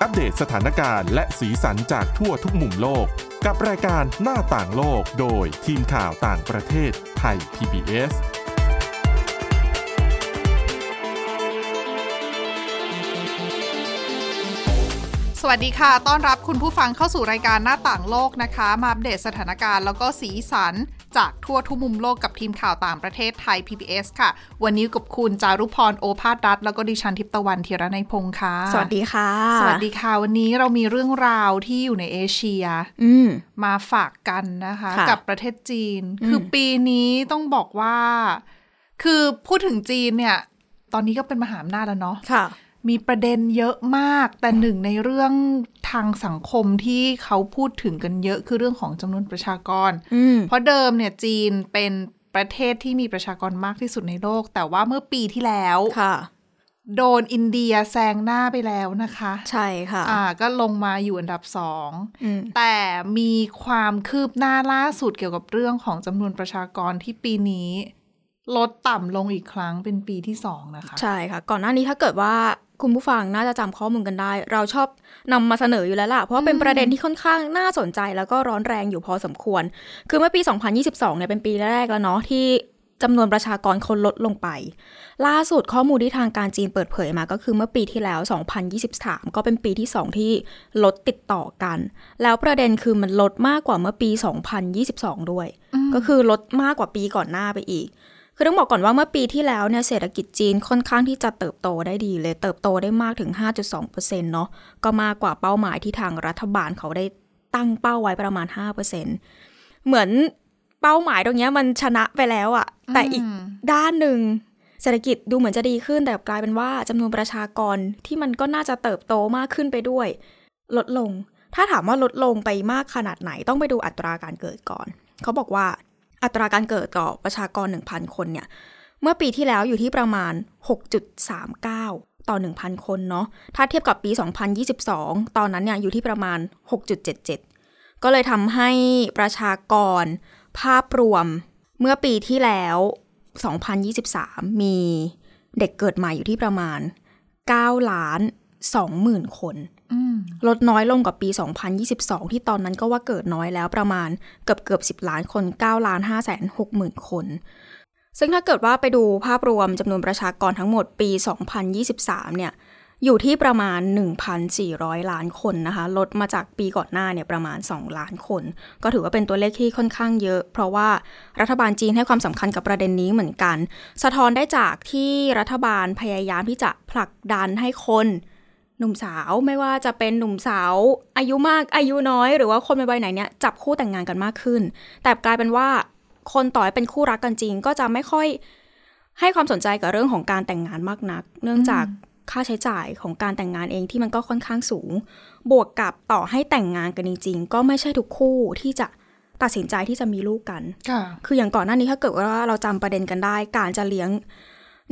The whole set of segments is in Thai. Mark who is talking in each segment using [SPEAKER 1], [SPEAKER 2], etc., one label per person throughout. [SPEAKER 1] อัปเดตสถานการณ์และสีสันจากทั่วทุกมุมโลก กับรายการหน้าต่างโลกโดยทีมข่าวต่างประเทศไทย PBS
[SPEAKER 2] สวัสดีค่ะ ต้อนรับคุณผู้ฟังเข้าสู่รายการหน้าต่างโลกนะคะ มาอัปเดตสถานการณ์แล้วก็สีสันจากทั่วทุกมุมโลกกับทีมข่าวต่างประเทศไทย PBS ค่ะ วันนี้อยู่กับคุณจารุพร โอภาสรัฐ แล้วก็ดิฉันทิพย์ตะวันธีรนัยพงค์ค่ะ
[SPEAKER 3] สวัสดีค่ะ
[SPEAKER 2] สวัสดีค่ะ วันนี้เรามีเรื่องราวที่อยู่ในเอเชีย
[SPEAKER 3] อืม
[SPEAKER 2] มาฝากกันนะคะ
[SPEAKER 3] ค่ะ
[SPEAKER 2] กับประเทศจีน
[SPEAKER 3] อืม
[SPEAKER 2] คือปีนี้ต้องบอกว่า คือพูดถึงจีนเนี่ย ตอนนี้ก็เป็นมหาอำนาจแล้วเนาะ
[SPEAKER 3] ค่ะ
[SPEAKER 2] มีประเด็นเยอะมาก แต่หนึ่งในเรื่องทางสังคมที่เขาพูดถึงกันเยอะคือเรื่องของจำนวนประชากร
[SPEAKER 3] อืม
[SPEAKER 2] เพราะเดิมเนี่ยจีนเป็นประเทศที่มีประชากรมากที่สุดในโลก แต่ว่าเมื่อปีที่แล้ว
[SPEAKER 3] ค่ะ
[SPEAKER 2] โดนอินเดียแซงหน้าไปแล้วนะคะ
[SPEAKER 3] ใช่ค่ะ
[SPEAKER 2] อ่าก็ลงมาอยู่อันดับสอง
[SPEAKER 3] อืม
[SPEAKER 2] แต่มีความคืบหน้าล่าสุดเกี่ยวกับเรื่องของจำนวนประชากรที่ปีนี้ ลดต่ำลงอีกครั้งเป็นปีที่สองนะคะ
[SPEAKER 3] ใช่ค่ะ ก่อนหน้านี้ถ้าเกิดว่าคุณผู้ฟังน่าจะจำข้อมูลกันได้ เราชอบนำมาเสนออยู่แล้วล่ะ เพราะว่าเป็นประเด็นที่ค่อนข้างน่าสนใจแล้วก็ร้อนแรงอยู่พอสมควร คือเมื่อปี 2022เนี่ยเป็นปีแรกแล้วเนาะที่จำนวนประชากรคนลดลงไป ล่าสุดข้อมูลที่ทางการจีนเปิดเผยมาก็คือเมื่อปีที่แล้ว 2023 ก็เป็นปีที่ 2 ที่ลดติดต่อกัน แล้วประเด็นคือมันลดมากกว่าเมื่อปี 2022 ด้วย ก็คือลดมากกว่าปีก่อนหน้าไปอีก คือต้องบอกก่อนว่าเมื่อปีที่แล้วเนี่ยเศรษฐกิจจีนค่อนข้างที่จะเติบโตได้ดีเลยเติบโตได้มากถึง 5.2%เนาะก็มากกว่าเป้าหมายที่ทางรัฐบาลเขาได้ตั้งเป้าไว้ประมาณ 5%เหมือนเป้าหมายตรงเนี้ยมันชนะไปแล้วอะแต่อีกด้านหนึ่งเศรษฐกิจดูเหมือนจะดีขึ้น แต่กลายเป็นว่าจำนวนประชากรที่มันก็น่าจะเติบโตมากขึ้นไปด้วย ลดลง ถ้าถามว่าลดลงไปมากขนาดไหนต้องไปดูอัตราการเกิดก่อน เขาบอกว่าอัตราการเกิดต่อประชากร 1,000 คนเนี่ย เมื่อปีที่แล้วอยู่ที่ประมาณ 6.39 ต่อ 1,000 คนเนาะ ถ้าเทียบกับปี 2022 ตอนนั้นเนี่ยอยู่ที่ประมาณ 6.77 ก็เลยทำให้ประชากรภาพรวมเมื่อปีที่แล้ว 2023 มีเด็กเกิดใหม่อยู่ที่ประมาณ9ล้าน20,000 คน
[SPEAKER 2] อืม
[SPEAKER 3] ลดน้อยลงกว่าปี 2022 ที่ตอนนั้นก็ว่าเกิดน้อยแล้วประมาณเกือบเกือบ10 ล้านคน9ล้าน5แสน60,000 คน ซึ่งถ้าเกิดว่าไปดูภาพรวมจำนวนประชากรทั้งหมดปี 2023 เนี่ย อยู่ที่ประมาณ 1,400 ล้านคนนะคะ ลดมาจากปีก่อนหน้าเนี่ยประมาณ 2 ล้านคน ก็ถือว่าเป็นตัวเลขที่ค่อนข้างเยอะ เพราะว่ารัฐบาลจีนให้ความสำคัญกับประเด็นนี้เหมือนกัน สะท้อนได้จากที่รัฐบาลพยายามที่จะผลักดันให้คน หนุ่มสาวไม่ว่าจะเป็นหนุ่มสาว อายุมากอายุน้อย หรือว่าคนวัยไหนเนี่ยจับคู่แต่งงานกันมากขึ้น แต่กลายเป็นว่าคนต่อให้เป็นคู่รักกันจริง ก็จะไม่ค่อยให้ความสนใจกับเรื่องของการแต่งงานมากนัก เนื่องจากค่าใช้จ่ายของการแต่งงานเองที่มันก็ค่อนข้างสูง บวกกับต่อให้แต่งงานกันจริงๆก็ไม่ใช่ทุกคู่ที่จะตัดสินใจที่จะมีลูกกัน
[SPEAKER 2] ค่ะ
[SPEAKER 3] คืออย่างก่อนหน้านี้ถ้าเกิดว่าเราจำประเด็นกันได้ การจะเลี้ยง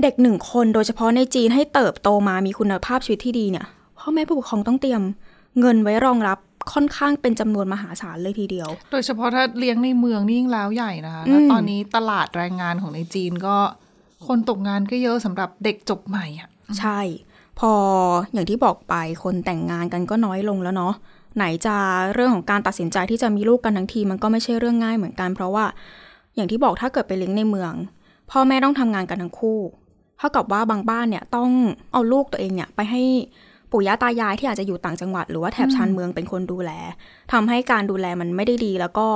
[SPEAKER 3] เด็กหนึ่งคนโดยเฉพาะในจีนให้เติบโตมามีคุณภาพชีวิตที่ดีเนี่ยพ่อแม่ผู้ปกครองต้องเตรียมเงินไว้รองรับค่อนข้างเป็นจำนวนมหาศาลเลยทีเดียว
[SPEAKER 2] โดยเฉพาะถ้าเลี้ยงในเมืองนี่ยิ่งแล้วใหญ่นะคะ
[SPEAKER 3] อืม
[SPEAKER 2] แล้วตอนนี้ตลาดแรงงานของในจีนก็ คนตกงานก็เยอะสำหรับเด็กจบใหม่อะ
[SPEAKER 3] ใช่ พออย่างที่บอกไปคนแต่งงานกันก็น้อยลงแล้วเนาะไหนจะเรื่องของการตัดสินใจที่จะมีลูกกันทั้งทีมันก็ไม่ใช่เรื่องง่ายเหมือนกัน เพราะว่าอย่างที่บอกถ้าเกิดไปเลี้ยงในเมือง พ่อแม่ต้องทำงานกันทั้งคู่เท่ากับว่าบางบ้านเนี่ยต้องเอาลูกตัวเองเนี่ยไปให้ปู่ย่าตายายที่อาจจะอยู่ต่างจังหวัด หรือว่าแถบชานเมืองเป็นคนดูแลทำให้การดูแลมันไม่ได้ดี แล้วก็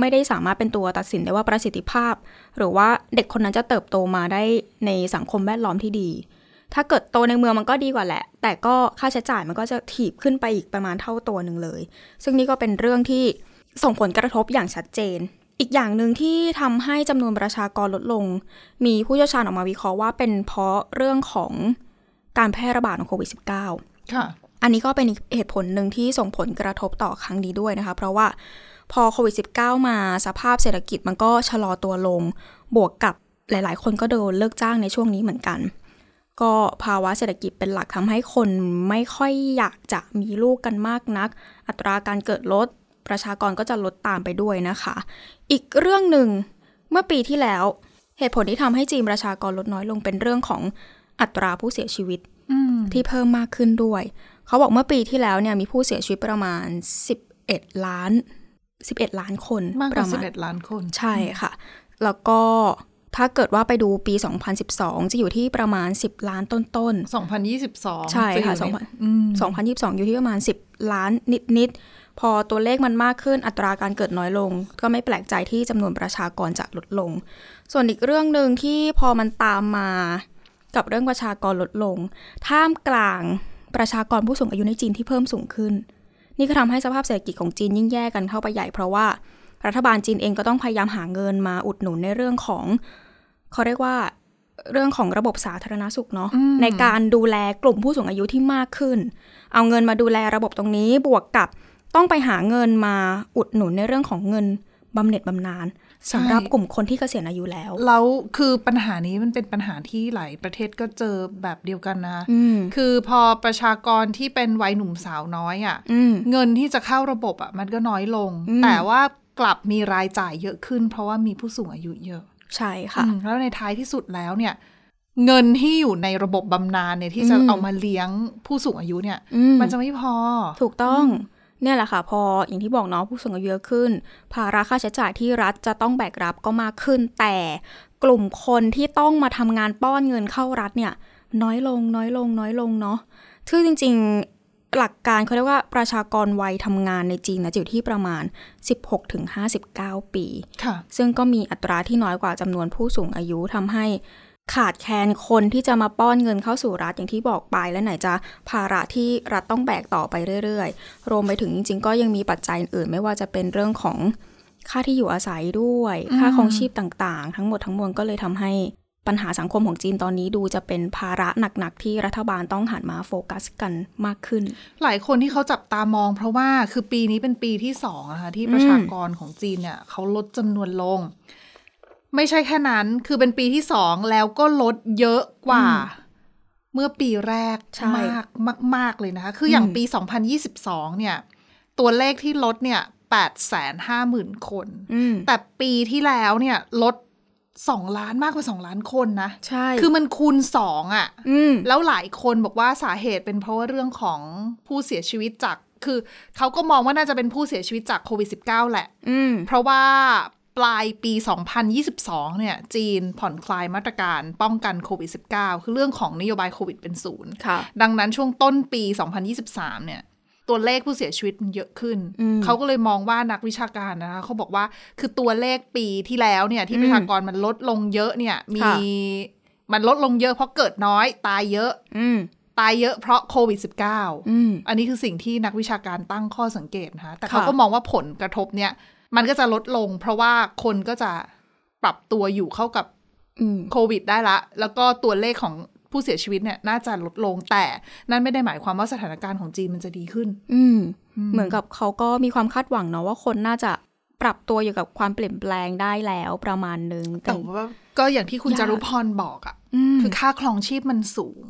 [SPEAKER 3] ไม่ได้สามารถเป็นตัวตัดสินได้ว่าประสิทธิภาพ หรือว่าเด็กคนนั้นจะเติบโตมาได้ในสังคมแวดล้อมที่ดี ถ้าเกิดโตในเมืองมันก็ดีกว่าแหละ แต่ก็ค่าใช้จ่ายมันก็จะถีบขึ้นไปอีกประมาณเท่าตัวหนึ่งเลย ซึ่งนี่ก็เป็นเรื่องที่ส่งผลกระทบอย่างชัดเจน อีกอย่างหนึ่งที่ทำให้จำนวนประชากรลดลง มีผู้เชี่ยวชาญออกมาวิเคราะห์ว่าเป็นเพราะเรื่องของการแพร่ระบาดของโควิด -19
[SPEAKER 2] ค่ะ
[SPEAKER 3] อันนี้ก็เป็นอีกเหตุผลหนึ่งที่ส่งผลกระทบต่อครั้งนี้ด้วยนะคะ เพราะว่าพอโควิด -19 มาสภาพเศรษฐกิจมันก็ชะลอตัวลง บวกกับหลายๆ คนก็โดนเลิกจ้างในช่วงนี้เหมือนกัน ก็ภาวะเศรษฐกิจเป็นหลักทำให้คนไม่ค่อยอยากจะมีลูกกันมากนัก อัตราการเกิดลด ประชากรก็จะลดตามไปด้วยนะคะ อีกเรื่องหนึ่งเมื่อปีที่แล้ว เหตุผลที่ทำให้จีนประชากรลดน้อยลงเป็นเรื่องของอัตราผู้เสียชีวิต
[SPEAKER 2] อืม
[SPEAKER 3] ที่เพิ่มมากขึ้นด้วย เขาบอกเมื่อปีที่แล้วเนี่ยมีผู้เสียชีวิตประมาณ 11 ล้าน 11 ล้านคน
[SPEAKER 2] มากก
[SPEAKER 3] ป
[SPEAKER 2] ว่า
[SPEAKER 3] ระ
[SPEAKER 2] สิ
[SPEAKER 3] มา
[SPEAKER 2] บ
[SPEAKER 3] ณ
[SPEAKER 2] เอ็ดล้านคน
[SPEAKER 3] ใช่ค่ะ แล้วก็ถ้าเกิดว่าไปดูปี 2012 จะอยู่ที่ประมาณ 10 ล้านต้น
[SPEAKER 2] 2022
[SPEAKER 3] ใช่ค่ะ
[SPEAKER 2] จอยู่ใน
[SPEAKER 3] 2000
[SPEAKER 2] อืม
[SPEAKER 3] ๆ 2022 อยู่ที่ประมาณ 10 ล้านนิด ๆ พอตัวเลขมันมากขึ้นอัตราการเกิดน้อยลง ก็ไม่แปลกใจที่จำนวนประชากรจะลดลง ส่วนอีกเรื่องหนึ่งที่พอมันตามมากับเรื่องประชากรลดลง ท่ามกลางประชากรผู้สูงอายุในจีนที่เพิ่มสูงขึ้น นี่ก็ทำให้สภาพเศรษฐกิจของจีนยิ่งแย่กันเข้าไปใหญ่เพราะว่า รัฐบาลจีนเองก็ต้องพยายามหาเงินมาอุดหนุนในเรื่องของ เขาเรียกว่าเรื่องของระบบสาธารณสุขเนาะในการดูแลกลุ่มผู้สูงอายุที่มากขึ้น เอาเงินมาดูแลระบบตรงนี้บวกกับต้องไปหาเงินมาอุดหนุนในเรื่องของเงินบำเหน็จบำนาญสำหรับกลุ่มคนที่เกษียณอายุแล้ว
[SPEAKER 2] แล้วคือปัญหานี้มันเป็นปัญหาที่หลายประเทศก็เจอแบบเดียวกันนะ
[SPEAKER 3] อืม
[SPEAKER 2] คือพอประชากรที่เป็นวัยหนุ่มสาวน้อยอะ่ะ
[SPEAKER 3] อืม
[SPEAKER 2] เงินที่จะเข้าระบบอะ่ะมันก็น้อยลง
[SPEAKER 3] อืม
[SPEAKER 2] แต่ว่ากลับมีรายจ่ายเยอะขึ้น เพราะว่ามีผู้สูงอายุเยอะ
[SPEAKER 3] ใช่ค่ะ
[SPEAKER 2] อืมแล้วในท้ายที่สุดแล้วเนี่ย เงินที่อยู่ในระบบบำนาญเนี่ยที่จะ
[SPEAKER 3] อืม
[SPEAKER 2] เอามาเลี้ยงผู้สูงอายุเนี่ย
[SPEAKER 3] อืม
[SPEAKER 2] มันจะไม่พอ
[SPEAKER 3] ถูกต้องเนี่ยแหละค่ะ พออย่างที่บอกเนาะผู้สูงอายุเยอะขึ้น ภาระค่าใช้จ่ายที่รัฐจะต้องแบกรับก็มากขึ้น แต่กลุ่มคนที่ต้องมาทำงานป้อนเงินเข้ารัฐเนี่ย น้อยลงน้อยลงน้อยลงเนาะคือจริงๆหลักการเขาเรียกว่าประชากรวัยทำงานในจีนนะจะอยู่ที่ประมาณ 16-59 ปี
[SPEAKER 2] ค่ะ
[SPEAKER 3] ซึ่งก็มีอัตราที่น้อยกว่าจำนวนผู้สูงอายุทำให้ขาดแคลนคนที่จะมาป้อนเงินเข้าสู่รัฐอย่างที่บอกไปและไหนจะภาระที่รัฐต้องแบกต่อไปเรื่อยๆ รวมไปถึงจริง ๆ ก็ยังมีปัจจัยอื่นไม่ว่าจะเป็นเรื่องของค่าที่อยู่อาศัยด้วย ค่าของชีพต่างๆ ทั้งหมดทั้งมวลก็เลยทำให้ปัญหาสังคมของจีนตอนนี้ดูจะเป็นภาระหนักๆที่รัฐบาลต้องหันมาโฟกัสกันมากขึ้น
[SPEAKER 2] หลายคนที่เขาจับตามอง เพราะว่าคือปีนี้เป็นปีที่สองนะคะที่ประชากรของจีนเนี่ยเขาลดจำนวนลง ไม่ใช่แค่นั้นคือเป็นปีที่สองแล้วก็ลดเยอะกว่า เมื่อปีแรก
[SPEAKER 3] ใช่
[SPEAKER 2] มากมากมากเลยนะคะ คืออย่าง
[SPEAKER 3] อืม
[SPEAKER 2] ปี 2022 เนี่ย ตัวเลขที่ลดเนี่ย8แสนห้าหมื่นคน
[SPEAKER 3] อืม
[SPEAKER 2] แต่ปีที่แล้วเนี่ยลด 2 ล้านมากกว่า 2 ล้านคนนะ
[SPEAKER 3] ใช่
[SPEAKER 2] คือมันคูณ 2อ่ะ
[SPEAKER 3] อืม
[SPEAKER 2] แล้วหลายคนบอกว่าสาเหตุเป็นเพราะว่าเรื่องของผู้เสียชีวิตจาก คือเขาก็มองว่าน่าจะเป็นผู้เสียชีวิตจากโควิด -19 แหละ
[SPEAKER 3] อืม
[SPEAKER 2] เพราะว่าปลายปี 2022 เนี่ย จีนผ่อนคลายมาตรการป้องกันโควิด -19 คือเรื่องของนโยบายโควิดเป็นศูนย์
[SPEAKER 3] ค่ะ
[SPEAKER 2] ดังนั้นช่วงต้นปี 2023 เนี่ย ตัวเลขผู้เสียชีวิตมันเยอะขึ้น
[SPEAKER 3] อืม
[SPEAKER 2] เขาก็เลยมองว่านักวิชาการนะคะเขาบอกว่าคือตัวเลขปีที่แล้วเนี่ย ที่ประชากรมันลดลงเยอะเนี่ย มี
[SPEAKER 3] ค่ะ
[SPEAKER 2] มันลดลงเยอะเพราะเกิดน้อยตายเยอะ
[SPEAKER 3] อืม
[SPEAKER 2] ตายเยอะเพราะโควิด
[SPEAKER 3] อืม
[SPEAKER 2] -19 อันนี้คือสิ่งที่นักวิชาการตั้งข้อสังเกตนะคะแต่
[SPEAKER 3] ค่ะ
[SPEAKER 2] เขาก็มองว่าผลกระทบเนี่ย มันก็จะลดลง เพราะว่าคนก็จะปรับตัวอยู่เข้ากับ
[SPEAKER 3] อืม
[SPEAKER 2] โควิดได้ละ แล้วก็ตัวเลขของผู้เสียชีวิตเนี่ยน่าจะลดลง แต่นั่นไม่ได้หมายความว่าสถานการณ์ของจีนมันจะดีขึ้น
[SPEAKER 3] อืม เหมือนกับเขาก็มีความคาดหวังเนาะว่าคนน่าจะปรับตัวอยู่กับความเปลี่ยนแปลงได้แล้วประมาณนึง
[SPEAKER 2] แต่ว่าก็อย่างที่คุณจารุพรบอกอะ
[SPEAKER 3] อืม
[SPEAKER 2] คือค่าครองชีพมันสูง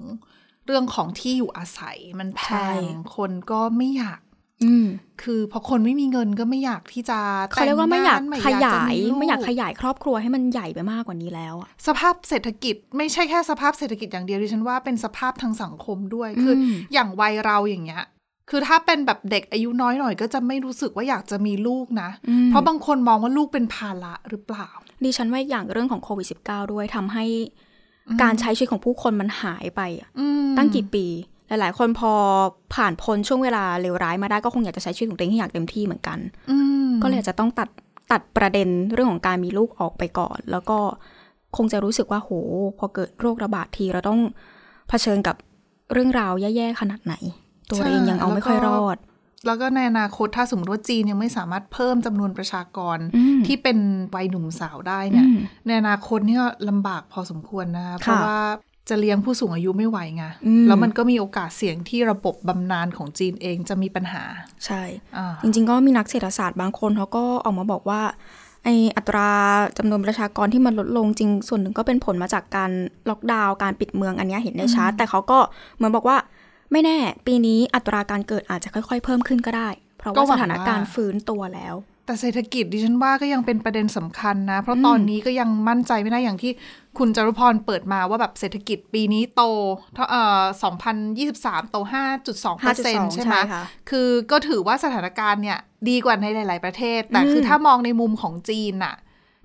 [SPEAKER 2] เรื่องของที่อยู่อาศัยมันแพ
[SPEAKER 3] ใช่
[SPEAKER 2] ง คนก็ไม่อยาก
[SPEAKER 3] อืม
[SPEAKER 2] คือพอคนไม่มีเงินก็ไม่อยากที่จะ
[SPEAKER 3] เขาเรียกว่าไม่อยาก
[SPEAKER 2] แต่งงน
[SPEAKER 3] ขยาย
[SPEAKER 2] จะลู
[SPEAKER 3] ไม่อยากขยายครอบครัวให้มันใหญ่ไปมากกว่านี้แล้วอะ
[SPEAKER 2] สภาพเศรษฐกิจ ไม่ใช่แค่สภาพเศรษฐกิจอย่างเดียวดิฉันว่าเป็นสภาพทางสังคมด้วย คือ
[SPEAKER 3] อืม
[SPEAKER 2] อย่างวัยเราอย่างเงี้ย คือถ้าเป็นแบบเด็กอายุน้อยหน่อย ก็จะไม่รู้สึกว่าอยากจะมีลูกนะ เพราะบางคนมองว่าลูกเป็นภาระหรือเปล่า
[SPEAKER 3] ดิฉันว่าอย่างเรื่องของโควิด -19 ด้วยทำให้การใช้ชีวิตของผู้คนมันหายไปอะตั้งกี่ปี หลาย ๆ คนพอผ่านพ้นช่วงเวลาเลวร้ายมาได้ก็คงอยากจะใช้ชีวิตของตัวเองให้อย่างเต็มที่เหมือนกัน
[SPEAKER 2] อืม
[SPEAKER 3] ก็เลยอาจจะต้องตัดตัดประเด็นเรื่องของการมีลูกออกไปก่อน แล้วก็คงจะรู้สึกว่าโห พอเกิดโรคระบาดทีเราต้องเผชิญกับเรื่องราวแย่ๆขนาดไหน ตัวเราเองยังเอาไม่ค่อยรอด
[SPEAKER 2] แล้วก็ในอนาคตถ้าสมมติว่าจีนยังไม่สามารถเพิ่มจำนวนประชากร
[SPEAKER 3] อืม
[SPEAKER 2] ที่เป็นวัยหนุ่มสาวได้เนี่ย
[SPEAKER 3] อืม
[SPEAKER 2] ในอนาคตเนี่ยลำบากพอสมควรนะ เพราะว่าจะเลี้ยงผู้สูงอายุไม่ไหวไง
[SPEAKER 3] อืม
[SPEAKER 2] แล้วมันก็มีโอกาสเสี่ยงที่ระบบบำนาญของจีนเองจะมีปัญหา
[SPEAKER 3] ใช่
[SPEAKER 2] อ่า
[SPEAKER 3] จริงๆ ก็มีนักเศรษฐศาสตร์บางคนเขาก็ออกมาบอกว่าไออัตราจำนวนประชากรที่มันลดลงจริง ส่วนหนึ่งก็เป็นผลมาจากการล็อกดาวน์การปิดเมืองอันเนี้ยเห็นได้ชัดแต่เขาก็เหมือนบอกว่าไม่แน่ ปีนี้อัตราการเกิดอาจจะค่อย ๆ เพิ่มขึ้นก็ได้ เพราะว่าสถานการณ์ฟื้นตัวแล้ว
[SPEAKER 2] แต่เศรษฐกิจดิฉันว่าก็ยังเป็นประเด็นสำคัญนะ เพราะตอนนี้ก็ยังมั่นใจไม่ได้อย่างที่คุณจารุพรเปิดมาว่าแบบเศรษฐกิจปีนี้โตเท่าเอ่อ2023 โต 5.2เปอร์เซ็นต์
[SPEAKER 3] 5.2
[SPEAKER 2] ใช่ไหม
[SPEAKER 3] ใช่ค่ะ
[SPEAKER 2] คือก็ถือว่าสถานการณ์เนี่ยดีกว่าในหลาย ๆ ประเทศ แต่คือถ้ามองในมุมของจีนน่ะ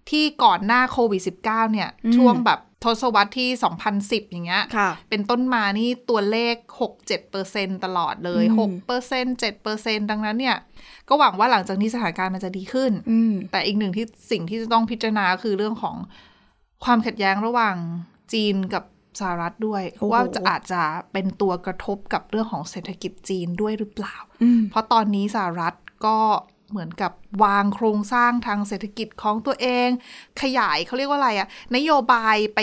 [SPEAKER 2] ที่ก่อนหน้าโควิด -19 เนี่ย ช่วงแบบทศวรรษที่ 2010 อย่างเงี้ย
[SPEAKER 3] ค่ะ
[SPEAKER 2] เป็นต้นมานี่ตัวเลข 6-7%ตลอดเลย
[SPEAKER 3] อืม
[SPEAKER 2] 6% 7%ดังนั้นเนี่ย ก็หวังว่าหลังจากนี้สถานการณ์มันจะดีขึ้น
[SPEAKER 3] อืม
[SPEAKER 2] แต่อีกหนึ่งที่สิ่งที่จะต้องพิจารณาคือเรื่องของความขัดแย้งระหว่างจีนกับสหรัฐด้วย
[SPEAKER 3] โอ้โห
[SPEAKER 2] ว่าจะอาจจะเป็นตัวกระทบกับเรื่องของเศรษฐกิจจีนด้วยหรือเปล่า
[SPEAKER 3] อืม
[SPEAKER 2] เพราะตอนนี้สหรัฐก็เหมือนกับวางโครงสร้างทางเศรษฐกิจของตัวเอง ขยายเขาเรียกว่าอะไรอะนโยบายไป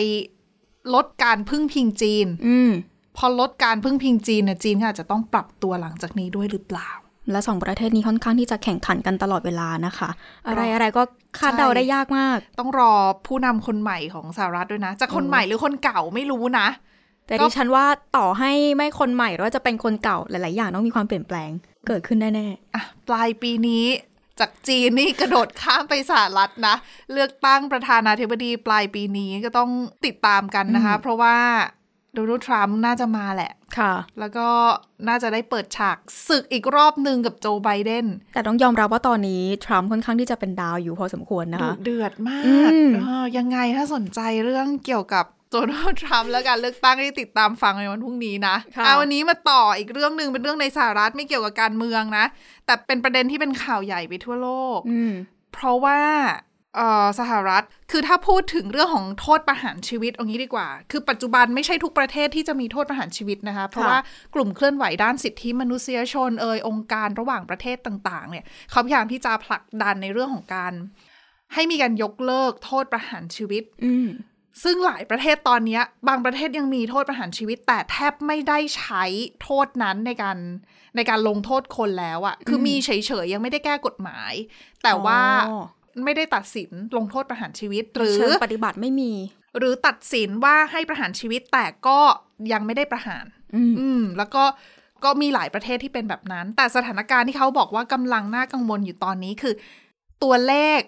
[SPEAKER 2] ลดการพึ่งพิงจีน
[SPEAKER 3] อืม
[SPEAKER 2] พอลดการพึ่งพิงจีนเนี่ยจีนก็อาจจะต้องปรับตัวหลังจากนี้ด้วยหรือเปล่า
[SPEAKER 3] และสองประเทศนี้ค่อนข้างที่จะแข่งขันกันตลอดเวลานะคะ อะไรอะไรก็คาดเดาได้ยากมาก
[SPEAKER 2] ต้องรอผู้นำคนใหม่ของสหรัฐด้วยนะ จะคนใหม่หรือคนเก่าไม่รู้นะ
[SPEAKER 3] แต่
[SPEAKER 2] ก็
[SPEAKER 3] ดิฉันว่าต่อให้ไม่คนใหม่หรือว่าจะเป็นคนเก่าหลาย ๆ อย่างต้องมีความเปลี่ยนแปลงเกิดขึ้นแน่
[SPEAKER 2] อ่ะปลายปีนี้จากจีนนี่กระโดดข้ามไปสหรัฐนะ เลือกตั้งประธานาธิบดีปลายปีนี้ก็ต้องติดตามกันนะคะ เพราะว่าโดนัลด์ทรัมป์น่าจะมาแหละ
[SPEAKER 3] ๆ ค่ะ
[SPEAKER 2] แล้วก็น่าจะได้เปิดฉากศึกอีกรอบหนึ่งกับโจไบเดน
[SPEAKER 3] แต่ต้องยอมรับว่าตอนนี้ทรัมป์ค่อนข้างที่จะเป็นดาวอยู่พอสมควรนะ
[SPEAKER 2] ดุ
[SPEAKER 3] คะ
[SPEAKER 2] เดือดมาก
[SPEAKER 3] อืม
[SPEAKER 2] เออยังไงถ้าสนใจเรื่องเกี่ยวกับโดนัลด์ทรัมป์และการเลือกตั้งที่ติดตามฟังในวันพรุ่งนี้นะ
[SPEAKER 3] ค่ะ
[SPEAKER 2] เอาวันนี้มาต่ออีกเรื่องหนึ่งเป็นเรื่องในสหรัฐไม่เกี่ยวกับการเมืองนะ แต่เป็นประเด็นที่เป็นข่าวใหญ่ไปทั่วโลก
[SPEAKER 3] อืม
[SPEAKER 2] เพราะว่าเอ่อสหรัฐคือถ้าพูดถึงเรื่องของโทษประหารชีวิตเอางี้ดีกว่า คือปัจจุบันไม่ใช่ทุกประเทศที่จะมีโทษประหารชีวิตนะคะ เพราะว่ากลุ่มเคลื่อนไหวด้านสิทธิมนุษยชนเอ่ยองค์การระหว่างประเทศต่างๆเนี่ยเขาพยายามที่จะผลักดันในเรื่องของการ ให้มีการยกเลิกโทษประหารชีวิต
[SPEAKER 3] อืม
[SPEAKER 2] ซึ่งหลายประเทศตอนเนี้ยบางประเทศยังมีโทษประหารชีวิต แต่แทบไม่ได้ใช้โทษนั้นในการในการลงโทษคนแล้วอะคือมีเฉยๆยังไม่ได้แก้กฎหมาย แต่ว่า
[SPEAKER 3] อ๋อ
[SPEAKER 2] ไม่ได้ตัดสินลงโทษประหารชีวิตหรือ
[SPEAKER 3] เชิงปฏิบัติไม่มี
[SPEAKER 2] หรือตัดสินว่าให้ประหารชีวิตแต่ก็ยังไม่ได้ประหาร
[SPEAKER 3] อืม
[SPEAKER 2] อืมแล้วก็ก็มีหลายประเทศที่เป็นแบบนั้น แต่สถานการณ์ที่เขาบอกว่ากำลังน่ากังวลอยู่ตอนนี้คือ ตัวเลข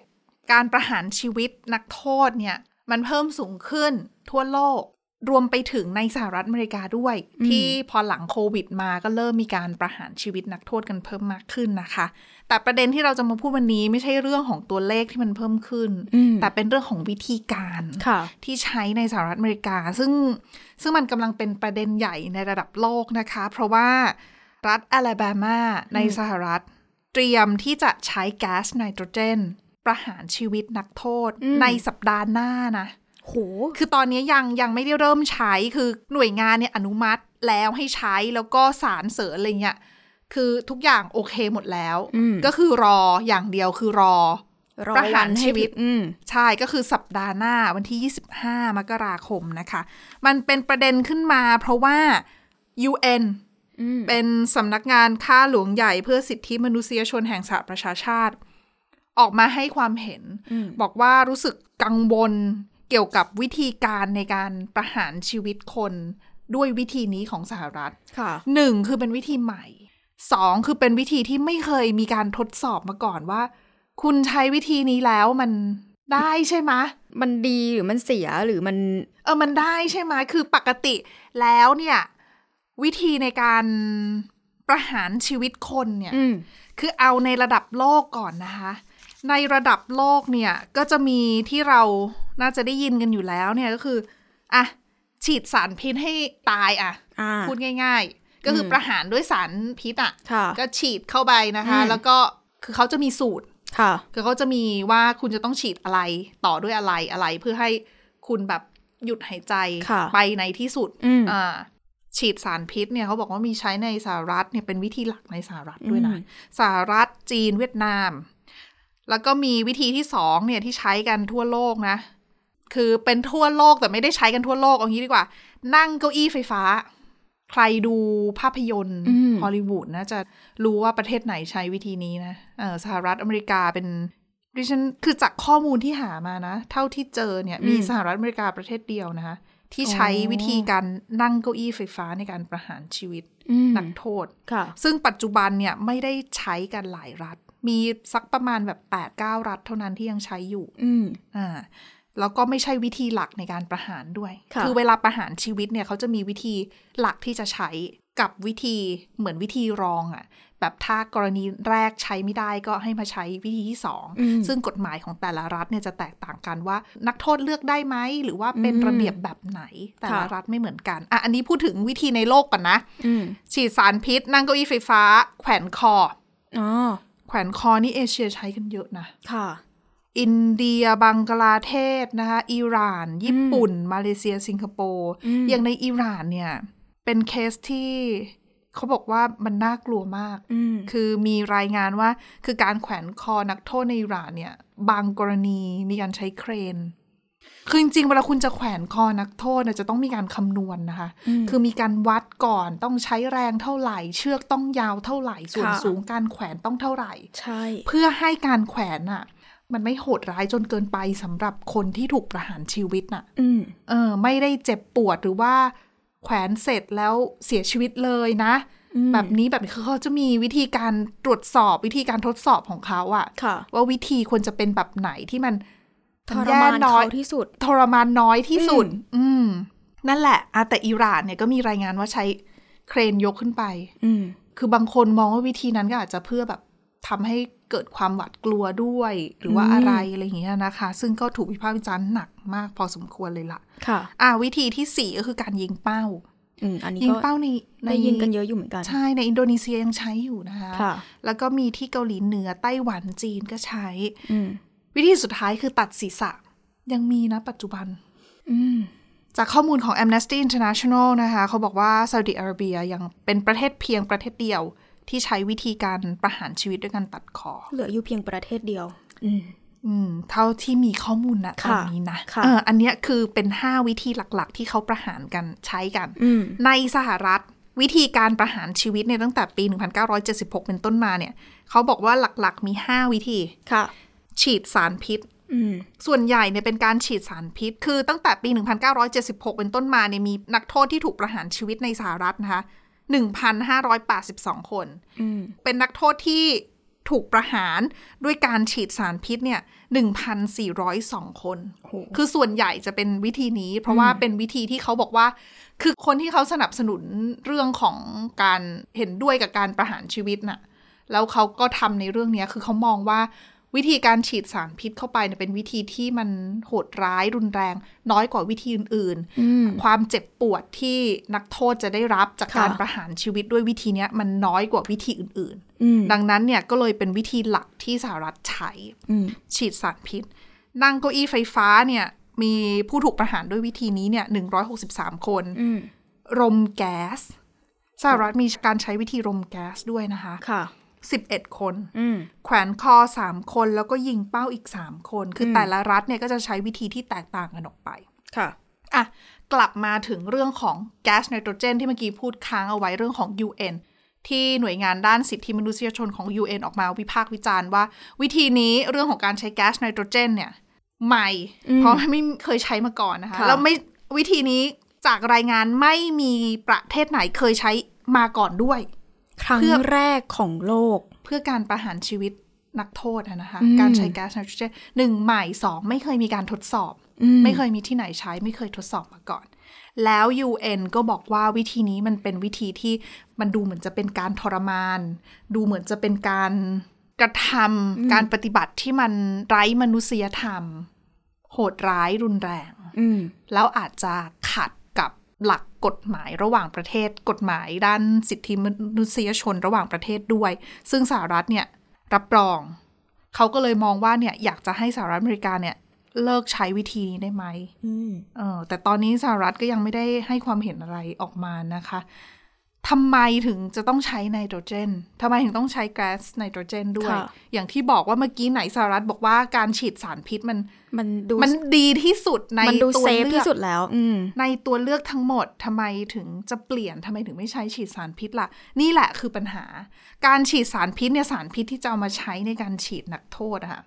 [SPEAKER 2] การประหารชีวิตนักโทษเนี่ย มันเพิ่มสูงขึ้นทั่วโลก รวมไปถึงในสหรัฐอเมริกาด้วย
[SPEAKER 3] อืม
[SPEAKER 2] ที่พอหลังโควิดมาก็เริ่มมีการประหารชีวิตนักโทษกันเพิ่มมากขึ้นนะคะ แต่ประเด็นที่เราจะมาพูดวันนี้ไม่ใช่เรื่องของตัวเลขที่มันเพิ่มขึ้น
[SPEAKER 3] อืม
[SPEAKER 2] แต่เป็นเรื่องของวิธีการ
[SPEAKER 3] ค่ะ
[SPEAKER 2] ที่ใช้ในสหรัฐอเมริกา ซึ่งซึ่งมันกำลังเป็นประเด็นใหญ่ในระดับโลกนะคะ เพราะว่ารัฐแอลาบามาในสหรัฐ เตรียมที่จะใช้แก๊สไนโตรเจน ประหารชีวิตนักโทษ
[SPEAKER 3] อืม
[SPEAKER 2] ในสัปดาห์หน้านะ
[SPEAKER 3] โห
[SPEAKER 2] คือตอนนี้ยังยังไม่ได้เริ่มใช้คือหน่วยงานเนี่ยอนุมัติแล้วให้ใช้แล้วก็สารเสริญอะไรเงี้ยคือทุกอย่างโอเคหมดแล้ว
[SPEAKER 3] อืม
[SPEAKER 2] ก็คือรออย่างเดียวคือรอ
[SPEAKER 3] รอ
[SPEAKER 2] ประหา
[SPEAKER 3] วั
[SPEAKER 2] ร
[SPEAKER 3] น
[SPEAKER 2] ชี
[SPEAKER 3] ให้
[SPEAKER 2] วิ
[SPEAKER 3] วิ
[SPEAKER 2] ต
[SPEAKER 3] ตอืม
[SPEAKER 2] ใช่ ก็คือสัปดาห์หน้าวันที่ 25 มกราคมนะคะ มันเป็นประเด็นขึ้นมาเพราะว่า UN
[SPEAKER 3] อืม
[SPEAKER 2] เป็นสำนักงานข้าหลวงใหญ่เพื่อสิทธิมนุษยชนแห่งสหประชาชาติ ออกมาให้ความเห็น บอกว่ารู้สึกกังวลเกี่ยวกับวิธีการในการประหารชีวิตคนด้วยวิธีนี้ของสหรัฐ
[SPEAKER 3] ค่ะ
[SPEAKER 2] หนึ่งคือเป็นวิธีใหม่สองคือเป็นวิธีที่ไม่เคยมีการทดสอบมาก่อนว่า คุณใช้วิธีนี้แล้วมันได้ใช่ไหมะ
[SPEAKER 3] มันดีหรือมันเสียหรือมัน
[SPEAKER 2] เออมันได้ใช่ไหมะคือปกติแล้วเนี่ย วิธีในการประหารชีวิตคนเนี่ย
[SPEAKER 3] อืม
[SPEAKER 2] คือเอาในระดับโลกก่อนนะคะ ในระดับโลกเนี่ยก็จะมีที่เราน่าจะได้ยินกันอยู่แล้วเนี่ยก็คืออ่ะฉีดสารพิษให้ตายอ่ะ
[SPEAKER 3] อ่า
[SPEAKER 2] พูดง่ายๆ ก็คืออ
[SPEAKER 3] ม
[SPEAKER 2] ประหารด้วยสารพิษอ่ะ
[SPEAKER 3] ค่ะ
[SPEAKER 2] ก็ฉีดเข้าไปนะคะ
[SPEAKER 3] อืม
[SPEAKER 2] แล้วก็คือเขาจะมีสูตร
[SPEAKER 3] ค่ะ
[SPEAKER 2] คือเขาจะมีว่าคุณจะต้องฉีดอะไรต่อด้วยอะไรอะไรเพื่อให้คุณแบบหยุดหายใจ
[SPEAKER 3] ค่ะ
[SPEAKER 2] ไปในที่สุด
[SPEAKER 3] อืม
[SPEAKER 2] อ่าฉีดสารพิษเนี่ยเขาบอกว่ามีใช้ในสหรัฐเนี่ยเป็นวิธีหลักในสหรัฐด้วยนะ
[SPEAKER 3] อืม
[SPEAKER 2] สหรัฐจีนเวียดนาม แล้วก็มีวิธีที่สองเนี่ยที่ใช้กันทั่วโลกนะ คือเป็นทั่วโลกแต่ไม่ได้ใช้กันทั่วโลกเอางี้ดีกว่า นั่งเก้าอี้ไฟฟ้า ใครดูภาพยนตร์
[SPEAKER 3] อืม
[SPEAKER 2] ฮอลลีวูดนะจะรู้ว่าประเทศไหนใช้วิธีนี้นะเออสหรัฐอเมริกาเป็นดิฉันคือจากข้อมูลที่หามานะ เท่าที่เจอเนี่ยมีสหรัฐอเมริกาประเทศเดียวนะคะ ที่ใช้วิธีการนั่งเก้าอี้ไฟฟ้าในการประหารชีวิต
[SPEAKER 3] อืม
[SPEAKER 2] นักโทษ
[SPEAKER 3] ค่ะ
[SPEAKER 2] ซึ่งปัจจุบันเนี่ยไม่ได้ใช้กันหลายรัฐ มีสักประมาณแบบ8ปดเก้ารัฐเท่านั้นที่ยังใช้อยู่
[SPEAKER 3] อืม
[SPEAKER 2] อ่าแล้วก็ไม่ใช่วิธีหลักในการประหารด้วย
[SPEAKER 3] ค่ะ
[SPEAKER 2] อเวลาประหารชีวิตเนี่ยเขาจะมีวิธีหลักที่จะใช้กับวิธีเหมือนวิธีรองอะ่ะ แบบถ้ากรณีแรกใช้ไม่ได้ก็ให้มาใช้วิธีที่สอง
[SPEAKER 3] อืม
[SPEAKER 2] ซึ่งกฎหมายของแต่ละรัฐเนี่ยจะแตกต่างกันว่า นักโทษเลือกได้ไหมหรือว่าเป็น
[SPEAKER 3] อืม
[SPEAKER 2] ระเบียบแบบไหน แต่ละ
[SPEAKER 3] ค่ะ
[SPEAKER 2] รัฐไม่เหมือนกันอ่ะอันนี้พูดถึงวิธีในโลกก่อนนะ
[SPEAKER 3] อืม
[SPEAKER 2] ฉีดสารพิษ นั่งเก้าอี้ไฟฟ้า แขวนคอ
[SPEAKER 3] อ๋อ
[SPEAKER 2] แขวนคอนี่เอเชียใช้กันเยอะนะ
[SPEAKER 3] ค่ะ
[SPEAKER 2] อินเดีย บังกลาเทศนะคะ อิหร่าน ญี่ปุ่น มาเลเซีย สิงคโปร์
[SPEAKER 3] อืม
[SPEAKER 2] อย่างในอิหร่านเนี่ย เป็นเคสที่เขาบอกว่ามันน่ากลัวมาก
[SPEAKER 3] อืม
[SPEAKER 2] คือมีรายงานว่า คือการแขวนคอนักโทษในอิหร่านเนี่ย บางกรณีมีการใช้เครน คือจริงๆเวลาคุณจะแขวนคอนักโทษเนี่ยจะต้องมีการคำนวณนะคะ
[SPEAKER 3] อืม
[SPEAKER 2] คือมีการวัดก่อน ต้องใช้แรงเท่าไหร่ เชือกต้องยาวเท่าไหร่ ส่วน
[SPEAKER 3] ค่ะ
[SPEAKER 2] สูงการแขวนต้องเท่าไหร่
[SPEAKER 3] ใช่
[SPEAKER 2] เพื่อให้การแขวนน่ะ มันไม่โหดร้ายจนเกินไปสำหรับคนที่ถูกประหารชีวิตน่ะ
[SPEAKER 3] อืม
[SPEAKER 2] เออ ไม่ได้เจ็บปวดหรือว่าแขวนเสร็จแล้วเสียชีวิตเลยนะ
[SPEAKER 3] อืม
[SPEAKER 2] แบบนี้แบบนี้คือเขาจะมีวิธีการตรวจสอบวิธีการทดสอบของเขาอะ
[SPEAKER 3] ค่ะ
[SPEAKER 2] ว่าวิธีควรจะเป็นแบบไหนที่มัน
[SPEAKER 3] ท
[SPEAKER 2] น
[SPEAKER 3] ร
[SPEAKER 2] แย่
[SPEAKER 3] มาน
[SPEAKER 2] น้อ
[SPEAKER 3] เขา
[SPEAKER 2] ย
[SPEAKER 3] ที่สุด
[SPEAKER 2] ทรมานน้อยที่สุด
[SPEAKER 3] อืม
[SPEAKER 2] อืม นั่นแหละอะแต่อิหร่านเนี่ยก็มีรายงานว่าใช้เครนยกขึ้นไป
[SPEAKER 3] อืม
[SPEAKER 2] คือบางคนมองว่าวิธีนั้นก็อาจจะเพื่อแบบทำให้เกิดความหวาดกลัวด้วย หรือว่า
[SPEAKER 3] อืม
[SPEAKER 2] อะไรอะไรอย่างเงี้ยนะคะ ซึ่งก็ถูกวิพากษ์วิจารณ์หนักมากพอสมควรเลยล่ะ
[SPEAKER 3] ค่ะ
[SPEAKER 2] อ่าวิธีที่สี่ก็คือการยิงเป้า
[SPEAKER 3] อืม อันนี้
[SPEAKER 2] ยิง
[SPEAKER 3] ก็
[SPEAKER 2] เป้าในใน
[SPEAKER 3] ได้ยินกันเยอะอยู่เหมือนกัน
[SPEAKER 2] ใช่ในอินโดนีเซียยังใช้อยู่นะคะ
[SPEAKER 3] ค่ะ
[SPEAKER 2] แล้วก็มีที่เกาหลีเหนือไต้หวันจีนก็ใช้
[SPEAKER 3] อืม
[SPEAKER 2] วิธีสุดท้ายคือตัดศีรษะยังมีนะปัจจุบัน
[SPEAKER 3] อืม
[SPEAKER 2] จากข้อมูลของ Amnesty International นะคะ เขาบอกว่าซาอุดิอาระเบียยังเป็นประเทศเพียงประเทศเดียวที่ใช้วิธีการประหารชีวิตด้วยการตัดคอ
[SPEAKER 3] เหลืออยู่เพียงประเทศเดียว อืม
[SPEAKER 2] อืม เท่าที่มีข้อมูลนะต
[SPEAKER 3] ค่ะ
[SPEAKER 2] อนนี้นะ
[SPEAKER 3] ค่ะ
[SPEAKER 2] เอออันเนี้ยคือเป็น 5 วิธีหลักๆ ที่เขาประหารกันใช้กัน
[SPEAKER 3] อืม
[SPEAKER 2] ในสหรัฐวิธีการประหารชีวิตเนี่ยตั้งแต่ปี 1976 เป็นต้นมาเนี่ย เขาบอกว่าหลักๆมี 5 วิธี
[SPEAKER 3] ค่ะ
[SPEAKER 2] ฉีดสารพิษ
[SPEAKER 3] อืม
[SPEAKER 2] ส่วนใหญ่เนี่ยเป็นการฉีดสารพิษ คือตั้งแต่ปี 1976 เป็นต้นมาเนี่ยมีนักโทษที่ถูกประหารชีวิตในสหรัฐนะคะ 1,582 คน
[SPEAKER 3] อืม
[SPEAKER 2] เป็นนักโทษที่ถูกประหารด้วยการฉีดสารพิษเนี่ย 1,402 คน
[SPEAKER 3] โห
[SPEAKER 2] คือส่วนใหญ่จะเป็นวิธีนี้ เพราะว่าเป็นวิธีที่เขาบอกว่า คือคนที่เขาสนับสนุนเรื่องของการเห็นด้วยกับการประหารชีวิตน่ะ แล้วเขาก็ทำในเรื่องเนี้ยคือเขามองว่าวิธีการฉีดสารพิษเข้าไปเนี่ยเป็นวิธีที่มันโหดร้ายรุนแรง น้อยกว่าวิธีอื่น
[SPEAKER 3] อืม
[SPEAKER 2] ๆ ความเจ็บปวดที่นักโทษจะได้รับจากการ
[SPEAKER 3] ค่ะ
[SPEAKER 2] ประหารชีวิตด้วยวิธีเนี้ยมันน้อยกว่าวิธีอื่น
[SPEAKER 3] อืม
[SPEAKER 2] ๆ ดังนั้นเนี่ยก็เลยเป็นวิธีหลักที่สหรัฐใช้
[SPEAKER 3] อืม
[SPEAKER 2] ฉีดสารพิษ นั่งเก้าอี้ไฟฟ้าเนี่ย มีผู้ถูกประหารด้วยวิธีนี้เนี่ย 163 คน
[SPEAKER 3] อืม
[SPEAKER 2] รมแก๊ส สหรัฐมีการใช้วิธีรมแก๊สด้วยนะคะ
[SPEAKER 3] ค่ะ
[SPEAKER 2] 11 คน
[SPEAKER 3] อืม
[SPEAKER 2] แขวนคอ 3 คนแล้วก็ยิงเป้าอีก 3 คน คืออแต่ละรัฐเนี่ยก็จะใช้วิธีที่แตกต่างกันออกไป
[SPEAKER 3] ค่ะ
[SPEAKER 2] อ่ะ กลับมาถึงเรื่องของแก๊สไนโตรเจนที่เมื่อกี้พูดค้างเอาไว้เรื่องของ UN ที่หน่วยงานด้านสิทธิมนุษยชนของ UN ออกมาวิพากษ์วิจารณ์ว่า วิธีนี้เรื่องของการใช้แก๊สไนโตรเจนเนี่ย ใหม่
[SPEAKER 3] อืม
[SPEAKER 2] เพราะไม่เคยใช้มาก่อนนะคะ
[SPEAKER 3] ค่ะ
[SPEAKER 2] แล้วไม่วิธีนี้จากรายงานไม่มีประเทศไหนเคยใช้มาก่อนด้วย
[SPEAKER 3] ครั้ง
[SPEAKER 2] เพื่อ
[SPEAKER 3] แรกของโลก
[SPEAKER 2] เพื่อการประหารชีวิตนักโทษอะนะคะ
[SPEAKER 3] อืม
[SPEAKER 2] การใช้แก๊สไนโตรเจนหนึ่งใหม่สองไม่เคยมีการทดสอบ
[SPEAKER 3] อืม
[SPEAKER 2] ไม่เคยมีที่ไหนใช้ไม่เคยทดสอบมาก่อน แล้ว UN ก็บอกว่าวิธีนี้มันเป็นวิธีที่มันดูเหมือนจะเป็นการทรมาน ดูเหมือนจะเป็นการกระทำการปฏิบัติที่มันไร้มนุษยธรรม โหดร้ายรุนแรง
[SPEAKER 3] อืม
[SPEAKER 2] แล้วอาจจะขัดกับหลักกฎหมายระหว่างประเทศ กฎหมายด้านสิทธิมนุษยชนระหว่างประเทศด้วย ซึ่งสหรัฐเนี่ยรับรอง เขาก็เลยมองว่าเนี่ยอยากจะให้สหรัฐอเมริกาเนี่ยเลิกใช้วิธีนี้ได้ไหม
[SPEAKER 3] อืม
[SPEAKER 2] เออแต่ตอนนี้สหรัฐก็ยังไม่ได้ให้ความเห็นอะไรออกมานะคะทำไมถึงจะต้องใช้ไนโตรเจนทำไมถึงต้องใช้แก๊สไนโตรเจนด้วย
[SPEAKER 3] ค่ะ
[SPEAKER 2] อย่างที่บอกว่าเมื่อกี้ไหนสหรัฐบอกว่าการฉีดสารพิษมัน
[SPEAKER 3] มันดู
[SPEAKER 2] มันดีที่สุดใน
[SPEAKER 3] มันดู
[SPEAKER 2] ตัว
[SPEAKER 3] เซฟ
[SPEAKER 2] เลื
[SPEAKER 3] ที่
[SPEAKER 2] อก
[SPEAKER 3] สุดแล้ว อืม
[SPEAKER 2] ในตัวเลือกทั้งหมดทำไมถึงจะเปลี่ยนทำไมถึงไม่ใช้ฉีดสารพิษล่ะ นี่แหละคือปัญหา การฉีดสารพิษเนี่ยสารพิษที่จะเอามาใช้ในการฉีดนักโทษอะค่ะ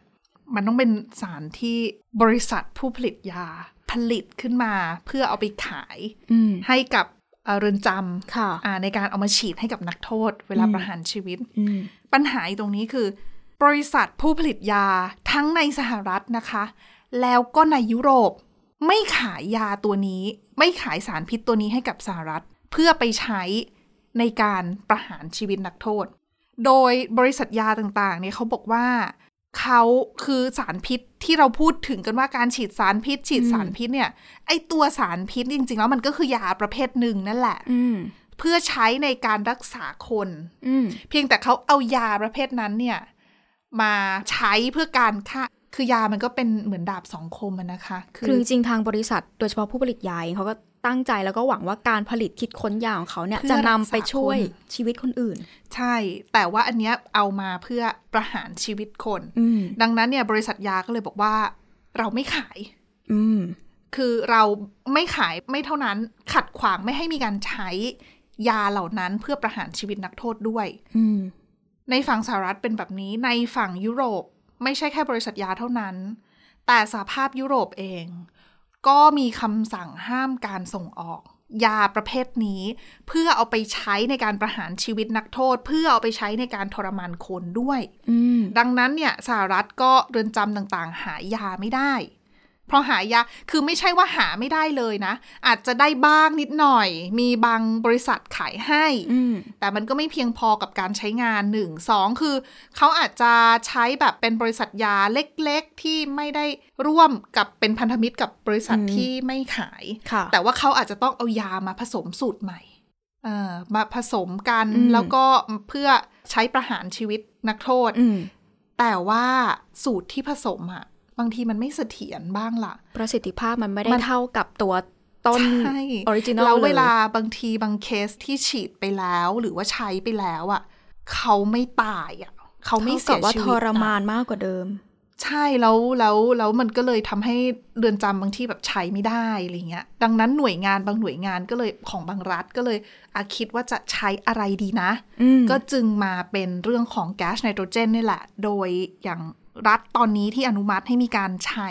[SPEAKER 2] มันต้องเป็นสารที่บริษัทผู้ผลิตยาผลิตขึ้นมา เพื่อเอาไปขาย
[SPEAKER 3] อืม
[SPEAKER 2] ให้กับเอ่อเรือนจำ
[SPEAKER 3] ค่ะ
[SPEAKER 2] อ่าในการเอามาฉีดให้กับนักโทษ เวลาประหารชีวิต
[SPEAKER 3] อืม
[SPEAKER 2] ปัญหาอยู่ตรงนี้คือ บริษัทผู้ผลิตยาทั้งในสหรัฐนะคะ แล้วก็ในยุโรป ไม่ขายยาตัวนี้ ไม่ขายสารพิษตัวนี้ให้กับสหรัฐ เพื่อไปใช้ในการประหารชีวิตนักโทษ โดยบริษัทยาต่างๆเนี่ยเขาบอกว่า เขาคือสารพิษที่เราพูดถึงกันว่าการฉีดสารพิษ ฉีดสารพิษเนี่ย ไอตัวสารพิษจริงๆ แล้วมันก็คือยาประเภทหนึ่งนั่นแหละ
[SPEAKER 3] อืม
[SPEAKER 2] เพื่อใช้ในการรักษาคน
[SPEAKER 3] อืม
[SPEAKER 2] เพียงแต่เขาเอายาประเภทนั้นเนี่ย มาใช้เพื่อการฆ่า คือยามันก็เป็นเหมือนดาบสองคมอะนะคะ คื
[SPEAKER 3] คือ
[SPEAKER 2] อ
[SPEAKER 3] จริงๆทางบริษัทโดยเฉพาะผู้ผลิตยาเองเขาก็ตั้งใจแล้วก็หวังว่าการผลิตคิดค้นยาของเขาเนี่ย
[SPEAKER 2] เพื่อ
[SPEAKER 3] จะนำ
[SPEAKER 2] รักษา
[SPEAKER 3] ไปช่วย
[SPEAKER 2] คน
[SPEAKER 3] ชีวิตคนอื่น
[SPEAKER 2] ใช่ แต่ว่าอันเนี้ยเอามาเพื่อประหารชีวิตคน
[SPEAKER 3] อืม
[SPEAKER 2] ดังนั้นเนี่ยบริษัทยาก็เลยบอกว่าเราไม่ขาย
[SPEAKER 3] อืม
[SPEAKER 2] คือเราไม่ขายไม่เท่านั้นขัดขวางไม่ให้มีการใช้ยาเหล่านั้นเพื่อประหารชีวิตนักโทษด้วย
[SPEAKER 3] อืม
[SPEAKER 2] ในฝั่งสหรัฐเป็นแบบนี้ในฝั่งยุโรปไม่ใช่แค่บริษัทยาเท่านั้น แต่สหภาพยุโรปเอง ก็มีคำสั่งห้ามการส่งออก ยาประเภทนี้ เพื่อเอาไปใช้ในการประหารชีวิตนักโทษ เพื่อเอาไปใช้ในการทรมานคนด้วย
[SPEAKER 3] อืม
[SPEAKER 2] ดังนั้นเนี่ยสหรัฐก็เรือนจำต่างๆ หายาไม่ได้ เพราะหายาคือไม่ใช่ว่าหาไม่ได้เลยนะ อาจจะได้บ้างนิดหน่อย มีบางบริษัทขายให้
[SPEAKER 3] อืม
[SPEAKER 2] แต่มันก็ไม่เพียงพอกับการใช้งาน 1 2 คือ เขาอาจจะใช้แบบเป็นบริษัทยาเล็กๆ ที่ไม่ได้ร่วมกับเป็นพันธมิตรกับบริษัท
[SPEAKER 3] อืม
[SPEAKER 2] ที่ไม่ขาย
[SPEAKER 3] ค่ะ
[SPEAKER 2] แต่ว่าเขาอาจจะต้องเอายามาผสมสูตรใหม่เอ่อมาผสมกัน
[SPEAKER 3] อืม
[SPEAKER 2] แล้วก็เพื่อใช้ประหารชีวิตนักโทษ
[SPEAKER 3] อืม
[SPEAKER 2] แต่ว่าสูตรที่ผสมอะบางทีมันไม่เสถียรบ้างล่ะ
[SPEAKER 3] ประสิทธิภาพมันไม่ได้
[SPEAKER 2] มัน
[SPEAKER 3] เท่ากับตัวต้น
[SPEAKER 2] ใช่
[SPEAKER 3] ออริจินอล
[SPEAKER 2] แล้ว
[SPEAKER 3] ย
[SPEAKER 2] เวลาบางทีบางเคสที่ฉีดไปแล้วหรือว่าใช้ไปแล้วอะเขาไม่ตายอะเขาไม่เสี
[SPEAKER 3] ท่
[SPEAKER 2] ย
[SPEAKER 3] กับว่า
[SPEAKER 2] ชีวิ
[SPEAKER 3] ท
[SPEAKER 2] ต
[SPEAKER 3] ร
[SPEAKER 2] นะ
[SPEAKER 3] มานมากกว่าเดิม
[SPEAKER 2] ใช่แล้วแล้วแล้วมันก็เลยทำให้เรือนจำบางที่แบบใช้ไม่ได้อะไรเงี้ย ดังนั้นหน่วยงานบางหน่วยงานก็เลยของบางรัฐก็เลยอาคิดว่าจะใช้อะไรดีนะ
[SPEAKER 3] อืม
[SPEAKER 2] ก็จึงมาเป็นเรื่องของแก๊สไนโตรเจนนี่แหละ โดยอย่างรัฐตอนนี้ที่อนุมัติให้มีการใช้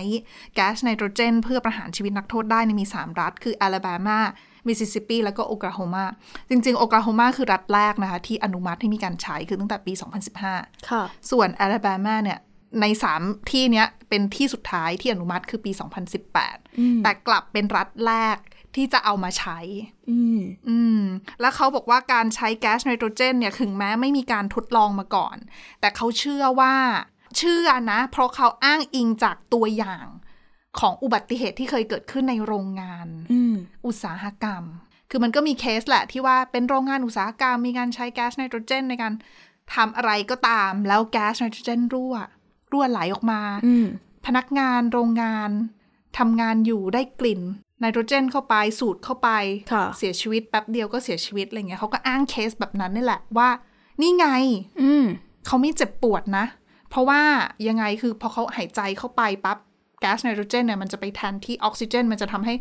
[SPEAKER 2] แก๊สไนโตรเจน เพื่อประหารชีวิตนักโทษได้เนี่ยมี 3 รัฐ คือ a l ล b a m a มิสซิสซิปปีแล้วก็โอกลาโฮมาจริงๆ โอกลาโฮมาคือรัฐแรกนะคะ ที่อนุมัติให้มีการใช้คือตั้งแต่ปี 2015
[SPEAKER 3] ค่ะ
[SPEAKER 2] ส่วน a l ล b a m a เนี่ยใน 3 ที่เนี้ยเป็นที่สุดท้ายที่อนุมัติคือปี
[SPEAKER 3] อืม
[SPEAKER 2] 2018 แต่กลับเป็นรัฐแรกที่จะเอามาใช้
[SPEAKER 3] อืม
[SPEAKER 2] อืม แล้วเขาบอกว่าการใช้แก๊สไนโตรเจนเนี่ยถึงแม้ไม่มีการทดลองมาก่อน แต่เขาเชื่อว่าเชื่อนะ เพราะเขาอ้างอิงจากตัวอย่างของอุบัติเหตุที่เคยเกิดขึ้นในโรงงาน
[SPEAKER 3] อืม
[SPEAKER 2] อุตสาหกรรม คือมันก็มีเคสแหละที่ว่าเป็นโรงงานอุตสาหกรรม มีการใช้แก๊สไนโตรเจนในการทำอะไรก็ตาม แล้วแก๊สไนโตรเจนรั่ว รั่วไหลออกมา
[SPEAKER 3] อืม
[SPEAKER 2] พนักงานโรงงานทำงานอยู่ได้กลิ่นไนโตรเจนเข้าไปสูดเข้าไป
[SPEAKER 3] ค่ะ
[SPEAKER 2] เสียชีวิตแป๊บเดียวก็เสียชีวิตอะไรเงี้ยเขาก็อ้างเคสแบบนั้นนี่แหละว่า นี่ไง
[SPEAKER 3] อืม
[SPEAKER 2] เขาไม่เจ็บปวดนะ เพราะว่ายังไงคือพอเขาหายใจเข้าไปปั๊บแก๊สไนโตรเจนเนี่ยมันจะไปแทนที่ออกซิเจน มันจะทำให้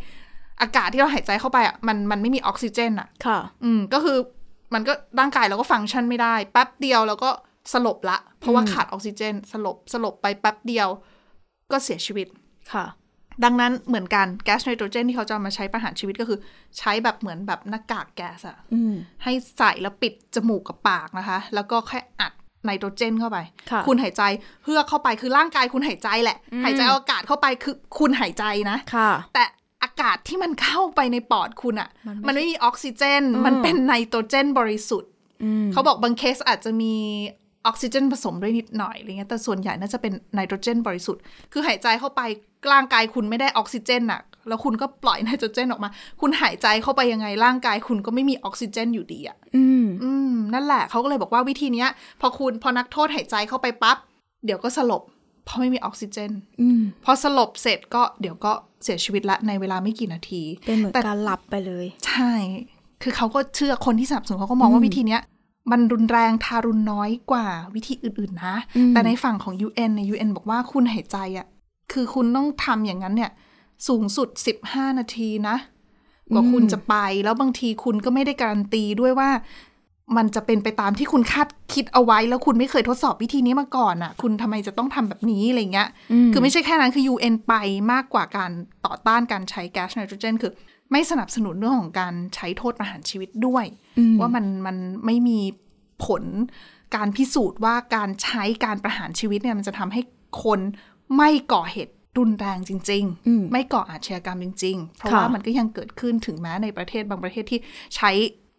[SPEAKER 2] อากาศที่เราหายใจเข้าไปอ่ะมันมันไม่มีออกซิเจนอ่ะ
[SPEAKER 3] ค่ะ
[SPEAKER 2] อืมก็คือมันก็ร่างกายเราก็ฟังก์ชันไม่ได้ แป๊บเดียวแล้วก็สลบละ เพราะว่าขาดออกซิเจน สลบสลบไปแป๊บเดียว ก็เสียชีวิต
[SPEAKER 3] ค่ะ
[SPEAKER 2] ดังนั้นเหมือนกันแก๊สไนโตรเจนที่เขาจะเอามาใช้ประหารชีวิตก็คือ ใช้แบบเหมือนแบบหน้ากากแก๊สอะ
[SPEAKER 3] อืม
[SPEAKER 2] ให้ใส่แล้วปิดจมูกกับปากนะคะ แล้วก็แค่อัดไนโตรเจนเข้าไป
[SPEAKER 3] ค่ะ
[SPEAKER 2] ณหายใจเฮือกเข้าไปคือร่างกายคุณหายใจแหละ หายใจเอาอากาศเข้าไปคือคุณหายใจนะ
[SPEAKER 3] ค่ะ
[SPEAKER 2] แต่อากาศที่มันเข้าไปในปอดคุณอะ
[SPEAKER 3] มัน
[SPEAKER 2] มัน
[SPEAKER 3] ไม่
[SPEAKER 2] ไม่มีออกซิเจน มันเป็นไนโตรเจนบริสุทธิ์
[SPEAKER 3] อืม
[SPEAKER 2] เขาบอกบางเคสอาจจะมีออกซิเจนผสมด้วยนิดหน่อยอะไรเงี้ยแต่ส่วนใหญ่น่าจะเป็นไนโตรเจนบริสุทธิ์ คือหายใจเข้าไปร่างกายคุณไม่ได้ออกซิเจนอะแล้วคุณก็ปล่อยไนโตรเจนออกมา คุณหายใจเข้าไปยังไงร่างกายคุณก็ไม่มีออกซิเจนอยู่ดีอะ
[SPEAKER 3] อืม
[SPEAKER 2] อืมนั่นแหละเขาก็เลยบอกว่าวิธีเนี้ย พอคุณพอนักโทษหายใจเข้าไปปั๊บเดี๋ยวก็สลบ เพราะไม่มีออกซิเจน
[SPEAKER 3] อืม
[SPEAKER 2] พอสลบเสร็จก็เดี๋ยวก็เสียชีวิตละในเวลาไม่กี่นาที
[SPEAKER 3] เป็นเหมือน
[SPEAKER 2] แต่
[SPEAKER 3] การหลับไปเลย
[SPEAKER 2] ใช่ คือเขาก็เชื่อคนที่สนับสนุนเขาก็มองว่าวิธีเนี้ย มันรุนแรงทารุณน้อยกว่าวิธีอื่น ๆ นะ
[SPEAKER 3] อืม
[SPEAKER 2] แต่ในฝั่งของ UN ในย UN บอกว่าคุณหายใจอะ่ะ คือคุณต้องทำอย่างนั้นเนี่ย สูงสุด 15 นาทีนะ กว่าคุณจะไป แล้วบางทีคุณก็ไม่ได้การันตีด้วยว่า มันจะเป็นไปตามที่คุณคาดคิดเอาไว้ แล้วคุณไม่เคยทดสอบวิธีนี้มาก่อนอะ่ะ คุณทำไมจะต้องทำแบบนี้อะไรเงี้ย คือไม่ใช่แค่นั้นคือ UN ไปมากกว่าการต่อต้านการใช้แก๊สไนโตรเจน คือไม่สนับสนุนเรื่องของการใช้โทษประหารชีวิตด้วย ว่ามันมันไม่มี ผลการพิสูจน์ว่าการใช้การประหารชีวิตเนี่ยมันจะทำให้คนไม่ก่อเหตุรุนแรงจริง
[SPEAKER 3] อืม
[SPEAKER 2] ๆ ไม่ก่ออาชญากรรมจริง ๆ เพราะว่า
[SPEAKER 3] ค่ะ
[SPEAKER 2] มันก็ยังเกิดขึ้นถึงแม้ในประเทศบางประเทศที่ใช้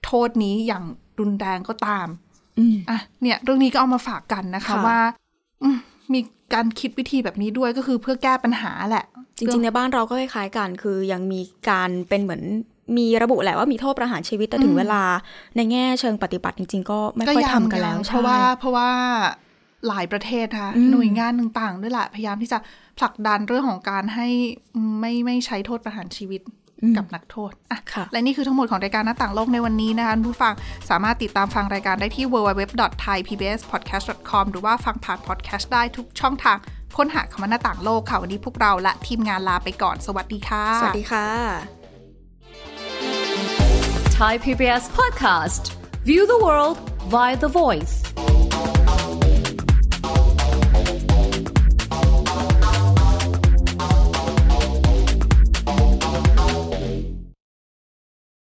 [SPEAKER 2] โทษนี้อย่างรุนแรงก็ตาม
[SPEAKER 3] อืม
[SPEAKER 2] อ่ะเนี่ยเรื่องนี้ก็เอามาฝากกันนะคะ
[SPEAKER 3] ค่ะ
[SPEAKER 2] ว่าอืมมีการคิดวิธีแบบนี้ด้วยก็คือเพื่อแก้ปัญหาแหละ
[SPEAKER 3] จริงๆในบ้านเราก็คล้ายๆกัน คือยังมีการเป็นเหมือนมีระบุแหละว่ามีโทษประหารชีวิตแต่ถึงเวลา ในแง่เชิงปฏิบัติจริง ๆ ก็ไม่ค่อย
[SPEAKER 2] ยัง
[SPEAKER 3] ทำกันแล้ว
[SPEAKER 2] ยังเพ
[SPEAKER 3] ใช่
[SPEAKER 2] ราะว่าเพราะว่าหลายประเทศนะคะ
[SPEAKER 3] อืม
[SPEAKER 2] หน่วยงานต่างๆด้วยแหละพยายามที่จะผลักดันเรื่องของการให้ไม่ไม่ใช้โทษประหารชีวิต
[SPEAKER 3] อืม
[SPEAKER 2] กับนักโทษอ่ะ
[SPEAKER 3] ค่ะ
[SPEAKER 2] และนี่คือทั้งหมดของรายการหน้าต่างโลกในวันนี้นะคะคุณผู้ฟังสามารถติดตามฟังรายการได้ที่ www.thaipbspodcast.com หรือว่าฟังผ่านพอดแคสต์ได้ทุกช่องทาง ค้นหาคำว่าหน้าต่างโลกค่ะ วันนี้พวกเราและทีมงานลาไปก่อน สวัสดีค่ะ
[SPEAKER 3] สวัสดีค่ะ
[SPEAKER 4] Thai PBS podcast. View the world via the voice.